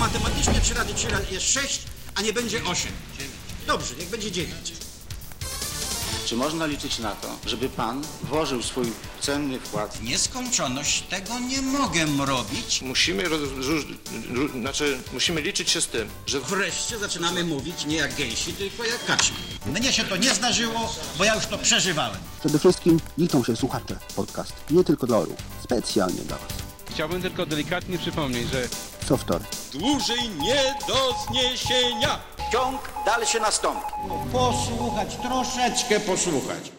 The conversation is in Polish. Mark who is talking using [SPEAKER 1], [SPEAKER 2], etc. [SPEAKER 1] matematycznie 3 razy 3 razy jest 6, a nie będzie 8. Dobrze, niech będzie 9.
[SPEAKER 2] Czy można liczyć na to, żeby pan włożył swój cenny wkład?
[SPEAKER 3] Nieskończoność tego nie mogę robić.
[SPEAKER 4] Musimy, roz, róż, ró, znaczy, musimy liczyć się z tym, że
[SPEAKER 1] Wreszcie zaczynamy mówić nie jak gęsi, tylko jak kaczki.
[SPEAKER 3] Mnie się to nie zdarzyło, bo ja już to przeżywałem.
[SPEAKER 5] Przede wszystkim liczą się słuchacze. Podcast nie tylko dla orów. Specjalnie dla Was.
[SPEAKER 6] Chciałbym tylko delikatnie przypomnieć, że
[SPEAKER 5] Softor.
[SPEAKER 7] dłużej nie do zniesienia.
[SPEAKER 2] Ciąg dalszy nastąpi.
[SPEAKER 3] Posłuchać, troszeczkę posłuchać.